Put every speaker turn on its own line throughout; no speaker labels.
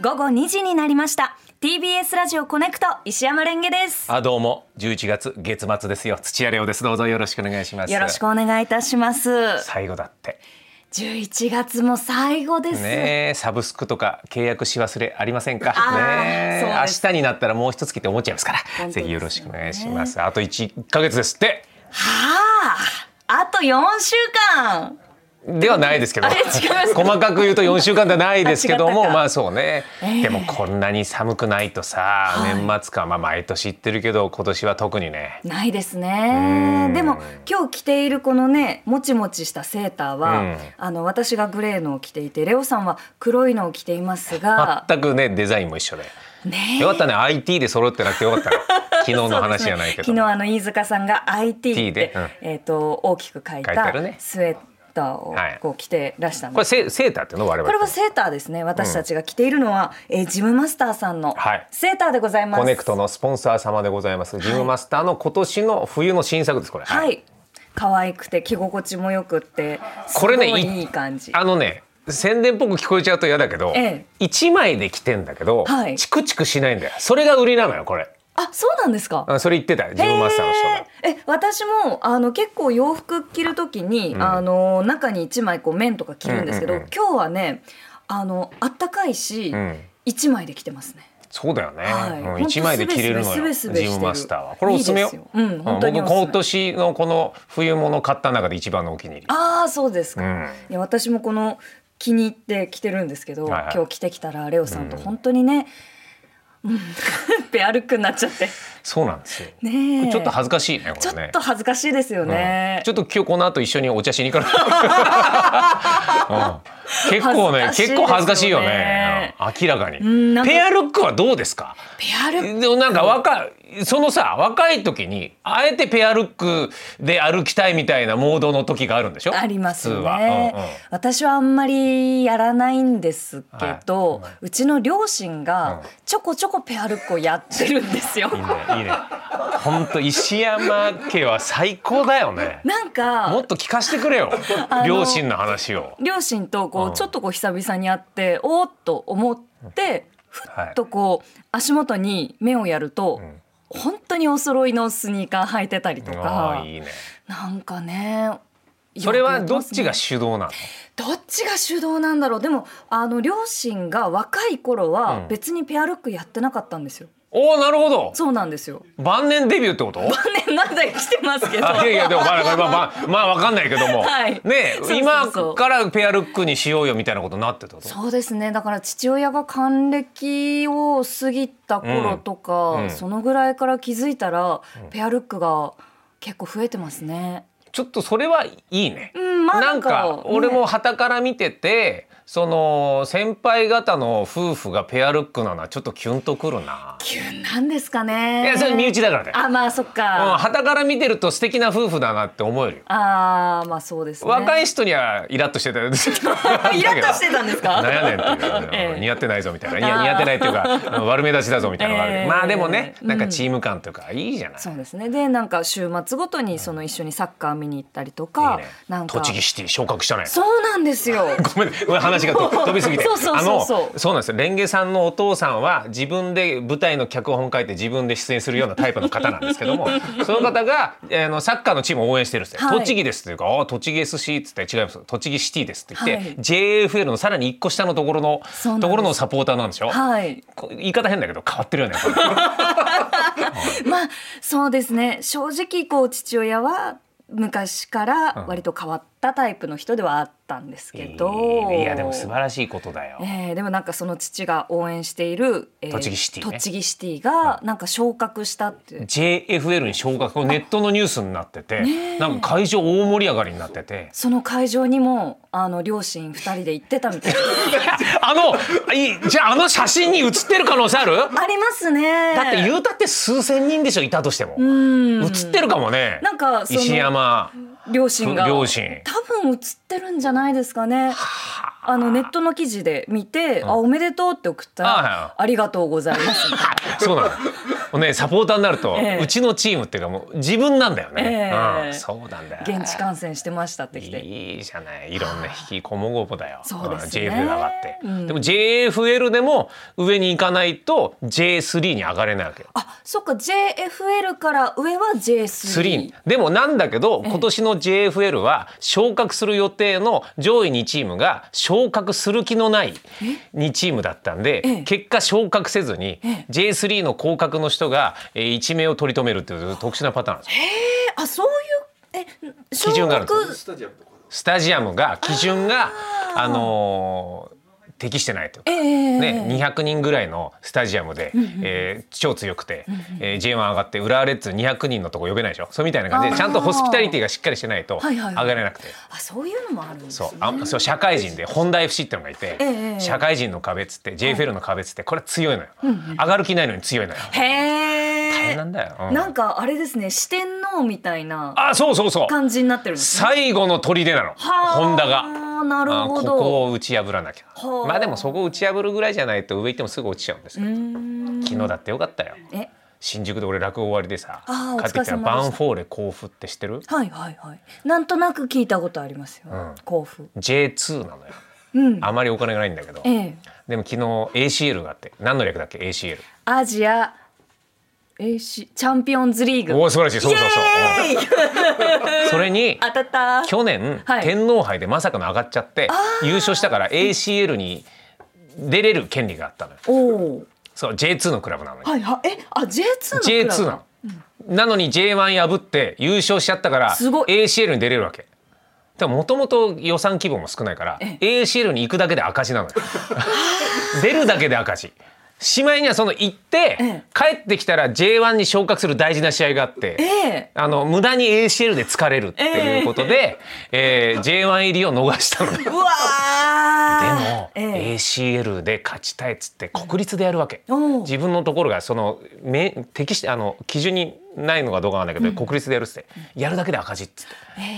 午後2時になりました TBS ラジオコネクト石山レンゲです
あどうも11月月末ですよ土屋レオですどうぞよろしくお願いします
よろしくお願いいたします
最後だって
11月も最後です、
ねえサブスクとか契約し忘れありませんか
あー
ねえ
そうです
明日になったらもう一月って思っちゃいますから
当です
ぜ
よね
ひよろしくお願いしますあと1ヶ月ですって
はああと4週間
ではないですけど
あれ違います
細かく言うと4週間ではないですけど
あ違っ
も
たか
まあそうね、
ええ
でもこんなに寒くないとさ、
はい
年末感まあ毎年言ってるけど今年は特にね
ないですね
うん
でも今日着ているこのねもちもちしたセーターは、
うん
あの私がグレーのを着ていてレオさんは黒いのを着ていますが、
全くねデザインも一緒で
ねえ
よかったね IT で揃ってなくてよか ったね昨日の話じゃないけど
昨日あの飯塚さんが IT って
T でうん
えっ、と大きく書い
書いて
た
あるね
スウェッターを
はい
こう着てらしたん
こ
で
れ
す。
セセーターっていうの我々
これはセーターですね。私たちが着ているのは、えージムマスターさんの
はい
セーターでございます。
コネクトのスポンサー様でございますジムマスターの今年の冬の新作ですこれ、
はい、可愛くて着心地もよくって、
これね
すごい
い
いい感じ。
あのね宣伝っぽく聞こえちゃうと嫌だけど、
ええ
一1枚で着てんだけど、
はい
チクチクしないんだよそれが売りなのよこれ
あ、そうなんですか。
あそれ言ってたジムマスターの人が。
へーえ私もあの結構洋服着るときに、
ん
あの中に一枚こう面とか着るんですけど、
うんうんうん
今日はねあのあったかいし
うん
一、枚で着てますね。
そうだよね。
はい
うん一枚で着れるの
ほんと
よ。
すべすべすべすべして
ジ
る
ムマスターは。これおすすめよ
いいですよ。うん本当におすすめ
僕今年のこの冬物買った中で一番のお気に入り。
ああそうですか。
うん
いや私もこの気に入って着てるんですけど、
はいはい
今日着てきたらレオさんと本当にね、うん、 ペアルックになっちゃって
そうなんですよ。
ねえ
ちょっと恥ずかしいねこ
ちょ
れ
っ
ね
と。恥ずかしいですよね
うん。ちょっと今日この後一緒にお茶しに行か ない、うん結構ね
恥ずかしいですよね
結構恥ずかしいよね、うん明らかに
んなんか
ペアルックはどうですか
ペアルック
でもなんか若いそのさ若い時にあえてペアルックで歩きたいみたいなモードの時があるんでしょ
あります
普
よ
通は
ね、
うんうん
私はあんまりやらないんですけど、うちの両親が
うん
ちょこちょこペアルックをやってるんですよ
いいねいいね本当石山家は最高だ よね
なん
も
か
っと聞かせてくれよ
あの
両親の話を
両親とこ
うん
うちょっとこう久々に会っておーっと思ってふ
はい
っとこう足元に目をやると
ん
本当にお揃いのスニーカー履いてたりと
あ
か
あいいね
なんかね
それはどっち
よくやてますね
が主導なの
どっちが主導なんだろうでもあの両親が若い頃
う
は
ん
別にペアルックやってなかったんですよ、
おおなるほど
そうなんですよ
晩年デビューってこと
ねまだ来てますけど
あいやいやでもまあまあ まあまあわかんないけども、
はい
ね
そうそうそう
今からペアルックにしようよみたいなことになってたこと
そうですねだから父親が還暦を過ぎた頃とか、
うんうん
そのぐらいから気づいたら、ペアルックが結構増えてますね
ちょっとそれはいいね、
うんまあ
なん
なん
か
か
俺も傍から見てて、その先輩方の夫婦がペアルックなのはちょっとキュンとくるな、
急なんですか
い
ね
やそれ身内だからだよ、
あまあそっ
うん、
か、
傍から見てると素敵な夫婦だなって思えるよ、
あーまあそうですね
若い
い
人にはイラッとしてたよ
イラッとしてたんですか
なんやねんっていう、
ええ
似合ってないぞみたいない
あ
や
ー
似合ってないってい うか悪目立ちだぞみたいなのがある、
ええ
まあでもねなんか
うん
チーム感というかいいじゃない、
そうですねでなんか週末ごとにその一緒にサッカー見に行ったりとか
いいね
なんか
栃木シティ昇格したね
そうなんです よ
ごめんねごめん話がと飛びすぎ て
そうそうそうそう
あのそうなんですよレンゲさんのお父さんは自分で舞台の脚本書いて自分で出演するようなタイプの方なんですけ どもその方が、えーあのサッカーのチームを応援してるんですよ、
はい
栃木ですっていうからあ栃木 SC っつって違います栃木シティですって言って、
はい
JFL のさらに一個下のところの
そうなんです
ところのサポーターなんでしょ、
はい
こ言い方変だけど変わってるよねやっぱり
まあそうですね正直こう父親は昔から割と変わったタイプの人ではあったんですけど、
いやでも素晴らしいことだよ、
えーでもなんかその父が応援している、え
栃木シティね
栃木シティがなんか昇格したって、
JFL に昇格ネットのニュースになってて、なんか会場大盛り上がりになってて
その会場にもあの両親2人で行ってたみたいな
あのいじゃああの写真に写ってる可能性ある
ありますね
だって言うたって数千人でしょいたとしても
うん
写ってるかもね
なんかその
石山
両親が
両親
多分映ってるんじゃないですかねあのネットの記事で見て「あおめでとう」って送ったら
はいはい
ありがとうございます」みたいな
そうなのもうねサポーターになると、
ええ
うちのチームっていうかもう自分なんだよね、
ええ
うん、そうなん だよ
現地観戦してましたってきて。
いいじゃないいろんな引きこもごもだよ、
そうですね
JFL 上がって、
うん
でも JFL でも上に行かないと J3 に上がれないわけよ
あ、そっか JFL から上は J3
3。でもなんだけど
ええ
今年の JFL は昇格する予定の上位2チームが昇格する気のない2チームだったん
え
で
え
結果昇格せずに
え
J3 の降格の人が1名を取り留めるという特殊なパターンなんですよ。
えあ、そういうえ、
基準があるんです
小学
スタジアムとかの
スタジアムが基準があのー適してないというか
ええ
ね、200人ぐらいのスタジアムで、えー超強くて、えー J1 上がって浦和レッズ200人のとこ呼べないでしょそうみたいな感じ
あ
で
ー
ちゃんとホスピタリティがしっかりしてないと
はい
上
はいはい
がれなくて、
あ、そういうのもあるんです
そ
ね
う。あそう社会人で本田 FC ってのがいて、
ええ
社会人の壁っつって JFL の壁っつってこれ強いのよ、上がる気ないのに強いのよ、
へえ。
大変なんだよ、うん
なんかあれですね、四天王みたいな
あそうそうそう
感じになってるんですね。
最後の砦なの本田が。
が。なる
あ
ほ
こ
ど。
こを打ち破らなき
は
ゃ
あ
まあでもそこを打ち破るぐらいじゃないと上行ってもすぐ落ちちゃうんです
う
よ
ーん。
昨日だってよかったよ
え、
新宿で俺落語終わりでさ
あー
帰ってきたら
お疲れ様でした
バンフォーレ甲府って知ってる
はいはいはい。なんとなく聞いたことありますよ。
ん
甲府。
?J2 なのよ
うん。
あまりお金がないんだけど
ええ。
でも昨日 ACL があって何の略だっけ ACL
アジア AC チャンピオンズリー
お
グ。
お素晴らしいそうそうそう
イエーイ
うんそれに
当たった。
去年
はい
天皇杯でまさかの上がっちゃって優勝したから ACL に出れる権利があったのよ
おお。
そう J2 のクラブなのよ
はいはい。え、あ J2 のクラブ
J2 なの。なのに J1 破って優勝しちゃったから
すごい
ACL に出れるわけ。でもともと予算規模も少ないから
え
ACL に行くだけで赤字なのよ。 出るだけで赤字。しまいにはその行って
ええ
帰ってきたら J1 に昇格する大事な試合があって。
ええ。
あの無駄に ACL で疲れるっていうことで、えー J1 入りを逃したのよで
うわ
も
あ。ええ。
ACL で勝ちたいっつって国立でやるわけ、
おお。
自分のところがそのめ適してあの基準にないのかどうかなんだけど、国立でやるっつってやるだけで赤字っつって
ええ。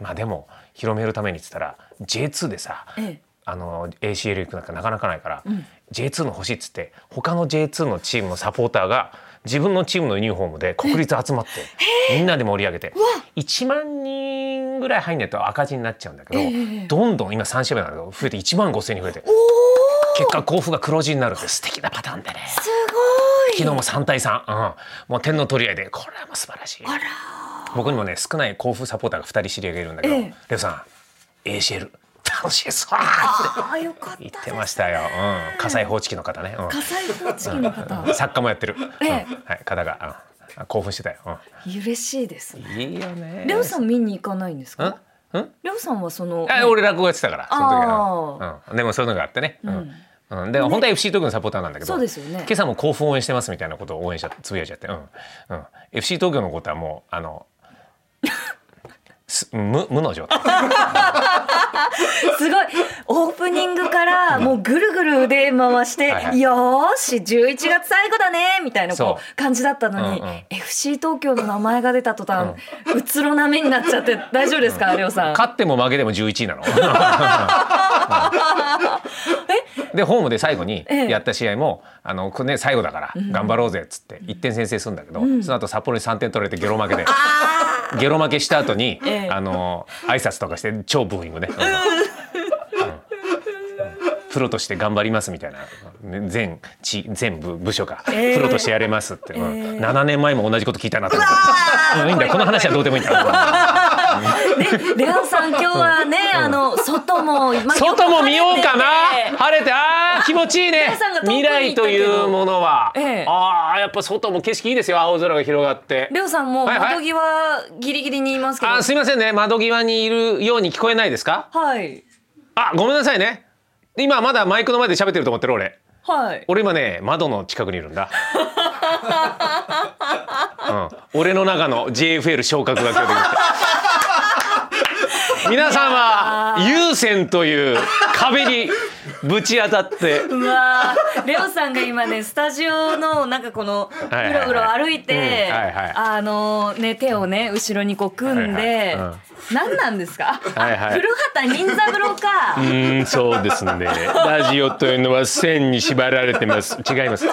まあでも広めるためにっつったら J2 でさ、
ええ
あの ACL 行くなんかなかなかないから、J2 の欲しいっつって他の J2 のチームのサポーターが自分のチームのユニフォームで国立集まってみんなで盛り上げて1万人ぐらい入んないと赤字になっちゃうんだけど、
ええ
どんどん今3試合目なんだけど増えて1万5千人増えて
おお。
結果甲府が黒字になるって素敵なパターンだね。
すごい。
昨日も3対3、うん、もう点の取り合いでこれはもう素晴らしい
あら
僕にもね少ない甲府サポーターが2人知り合いがいるんだけど、
ええ
レオさん ACL 楽しいっ すわーって
ああよかったで
言
す。
ってましたよ、うん、火災報知器の方ね、うん
火災報知器の方
うん、作家もやってる、
ええ
うんはい、方が、うん、興奮してたよ、
嬉しいですね
うん、いいよね
レオさん見に行かないんですか
んん
レオさんはその
あ俺落語やってたからその時は、うん、でもそういうのがあってね、うんうん、でも本当は FC 東京のサポーターなんだけど、
そうですよね
今朝も甲府応援してますみたいなことを応援しちゃってつぶやいちゃって、うんうん FC 東京のことはもうあのす無無の状態
すごいオープニングからもうぐるぐる腕回して
はいは
「
い
よーし11月最後だね」みたいなこ
そう
感じだったのに、
うんうん
FC 東京の名前が出た途端、うつろな目になっちゃって大丈夫ですか、レオさん
勝っても負けても11位なの。 でホームで最後に
ええ
やった試合も、あのこれね最後だから頑張ろうぜっつって1点先制するんだけど、その後札幌に3点取られてゲロ負けでゲロ負けした後に、
ええ
あの挨拶とかして超ブーイングね。うんうんプロとして頑張りますみたいなね全地全部部署が、
ええ
プロとしてやれますって、うん
ええ
7年前も同じこと聞いたなと思ってうんいいんだよこの話はどうでもいいんだよ。
レオさん今日はね、あの外も、まあ
外も見ようかな
よく晴れてて
晴れてあー気持ちいいね
皆さんが遠くに
未来というものは、
ええ
あーやっぱ外も景色いいですよ青空が広がって
レオさんも
はいはい
窓際ギリギリにいますけど、
あーすいませんね窓際にいるように聞こえないですか
はい
あごめんなさいね今まだマイクの前で喋ってると思ってる俺
はい
俺今ね窓の近くにい るんだ、うん、俺の中の JFL 昇格が今日できた皆さんは優先という壁にぶち当たって
うわーレオさんが今 ねスタジオのなんかこのう
はいはいはい
ろうろ歩いて
うんはいはい
あのね手をね後ろにこう組ん
はい
で
はい
何なんですかあ
はいはい
古畑任三郎
う
か
ーんそうですねラジオというのは線に縛られてます違います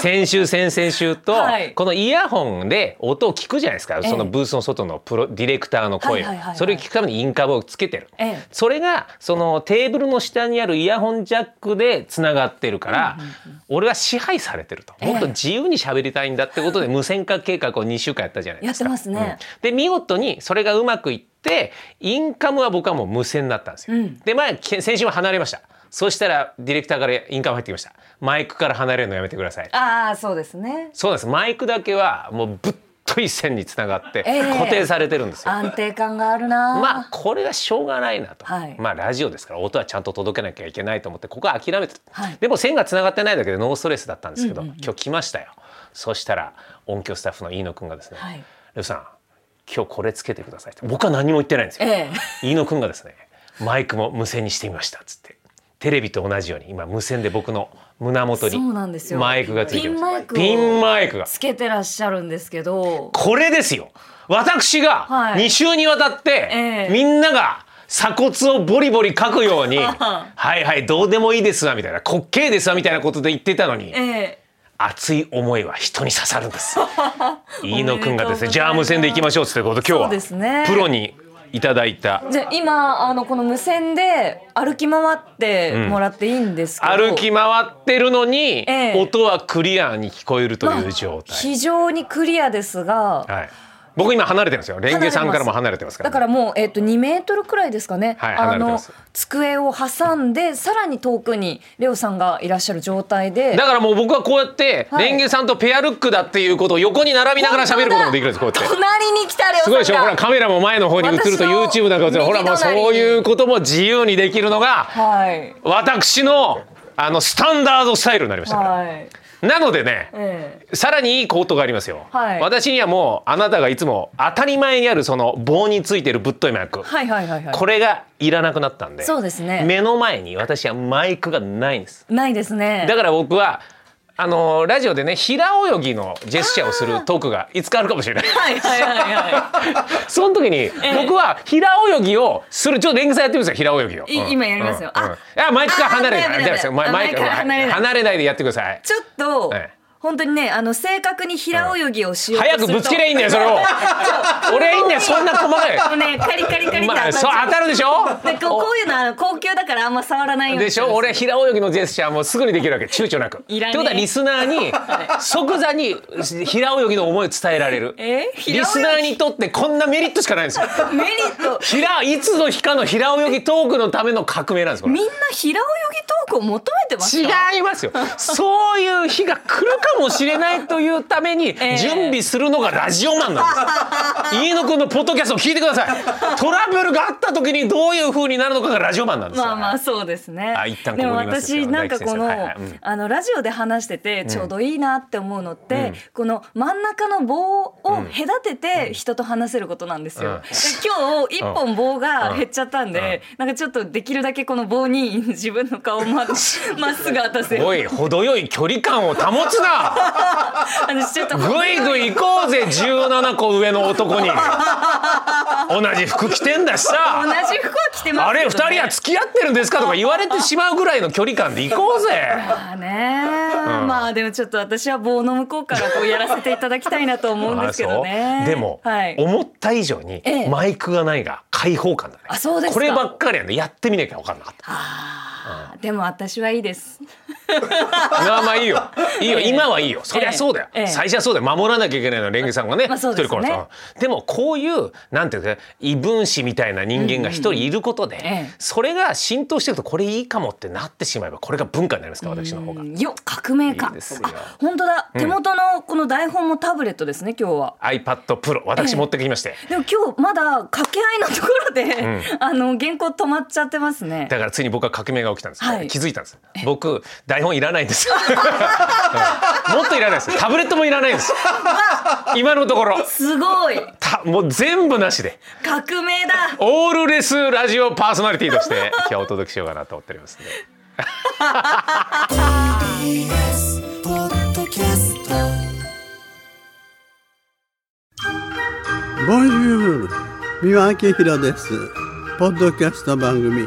先週先々週と、
はい
このイヤホンで音を聞くじゃないですか、
え
そのブースの外のプロディレクターの声を、
はいはいはいはい
それを聞くためにインカムをつけてる、
ええ
それがそのテーブルの下にあるイヤホンジャックでつながってるから、俺は支配されてるともっと自由に喋りたいんだってことで無線化計画を2週間やったじゃないです
や
か
ってますね
で見事にそれがうまくいってインカムは僕はもう無線だったんですよ。
うん
で前け先週は離れました。そしたらディレクターからインカム入ってきました。マイクから離れるのやめてください。
ああそうですね
そうなんです。マイクだけはもうぶっとい線につながって
ええ
固定されてるんですよ。
安定感があるな
まあこれはしょうがないなと、
はい
まあラジオですから音はちゃんと届けなきゃいけないと思ってここは諦めてた、
はい
でも線がつながってないだけでノーストレスだったんですけど、
うんうん
今日来ましたよそしたら音響スタッフの飯野くんがですね、
はい
レオさん今日これつけてくださいって僕は何も言ってないんですよ、
ええ
飯野くんがですねマイクも無線にしてみましたっつってテレビと同じように今無線で僕の胸元に
そうなんですよ
マイクがついてます
ピンマイクを
ピンマイクが
つけてらっしゃるんですけど
これですよ私が
はい
2週にわたって、
ええ
みんなが鎖骨をボリボリ書く ように「はいはいどうでもいいですわ」みたいな「滑稽ですわ」みたいなことで言ってたのに
ええ
熱い思いは人に刺さるんです
おめでとうござい
飯野くんがです
ま
ね「
す
じゃあ無線でいきましょう」っつってこと
そう
今
で
日
す
は、
ね
プロにいただいた
じゃあ今あのこの無線で歩き回ってもらっていいんですけど、
歩き回ってるのに、
ええ
音はクリアに聞こえるという状態、
非常にクリアですが、
はい、僕今離れてるんですよレンゲさんからも離
離
れてますから
だからもう、えっと2メートルくらいですかね、
はい離
あ
れてま
の
す
机を挟んでさらに遠くにレオさんがいらっしゃる状態で
だからもう僕はこうやって、
はい
レンゲさんとペアルックだっていうことを横に並びながら喋ることもできるんですこうやって。
隣に来たレオさ
す
ん
ごい
が
でしょほらカメラも前の方に映ると
私の
YouTube なんか映るほらもう
右隣
そういうことも自由にできるのが
はい
私のあのスタンダードスタイルになりましたから、
はい
なのでね、
ええ
さらにいいコートがありますよ、
はい
私にはもうあなたがいつも当たり前にあるその棒についてるぶっといマイク、
はいはいはいはい
これがいらなくなったんで
そうですね
目の前に私はマイクがないんです
ないですね
だから僕はあのラジオでね平泳ぎのジェスチャーをするトークがいつかあるかもしれない。
はいはいはいは
その時に僕は平泳ぎをするちょっと連携さんやってみてください平泳ぎを。
い今やりますよ
うん
あ
うんあマイクから離れ
あ
ない。
危ない危ない
じゃないですよマイ
あ
マイク
マイクから離れない
離れないでやってください
い。ちょっと、
はい
本当にねあの正確に平泳ぎをしようとす
早
ると、
くぶつけりゃいいんだよ それを。俺はいいんだよそんな細かい。
もうねカリカリカリって当
ま
た
あ
っち
そう
ゃう
当たるでし
でこうこ
ょ。
ういうのは高級だからあんま触らないように
でしょ俺は平泳ぎのジェスチャーもすぐにできるわけ躊躇なく。
いらねえ
ってことはリスナーに即座に平泳ぎの思いを伝えられる。
え平泳ぎ
リスナーにとってこんなメリットしかないんですよ。
メリット
平いつの日かの平泳ぎトークのための革命なんですこれ。
みんな平泳ぎトークを求めてますか
違いますよ。そういう日が来るかもしれないというために
え
準備するのがラジオマンなん です。飯野くんのポッドキャストを聞いてください。トラブルがあった時にどういう風になるのかがラジオマンなんですよ。
まあまあそうですね
あ一旦こ
で
こ
も
にいますよ
私なんかこの、
大吉先生はいはいうん
あのラジオで話しててちょうどいいなって思うのって、この真ん中の棒を隔てて人と話せることなんですよ、
うん
で今日一本棒が減っちゃったんで、なんかちょっとできるだけこの棒に自分の顔をままっすぐ当たせる
おい程よい距離感を保つな。
あのちょっと
ぐいぐい行こうぜ17個上の男に。同じ服着てんだしさ
同。じ服は着てます
あ
けど、ね、
れ二人は付き合ってるんですかとか言われてしまうぐらいの距離感で行こうぜ。
まあね、まあでもちょっと私は棒の向こうからこうやらせていただきたいなと思うんですけどね
あ。そうでも、
はい、
思った以上に
ええ
マイクがないが開放感だね。
あそうですか
こればっかりやねやってみなきゃ分かんなか った。
あーでも私はいいです。
まあまあいいよ。いいよ、
ええ
今はいいよ。そりゃそうだよ。
ええ
最初はそうだよ。守らなきゃいけないのはレンゲさんがね、
まあそうですね
一人殺すうんでもこういうなんていうか異分子みたいな人間が一人いることで、
んええ
それが浸透していくとこれいいかもってなってしまえばこれが文化になりますから私の方が
う。んよ革命
い
家
いですよ
あ本当だ。手元のこの台本もタブレットですね今日は。
iPad Pro 私持ってきまして。
でも今日まだ掛け合いのところで、 あの原稿止まっちゃってますね。
だからついに僕は革命が起きたんです、
はい
気づいたんです僕台本いらないんですうんもっといらないですタブレットもいらないん です今のところ
すごい
たもう全部なしで
革命だ。
オールレスラジオパーソナリティとして今日お届けしようかなと思っておりますね
TBS ポッドキャスト
ボンジュール三輪明宏ですポッドキャスト番組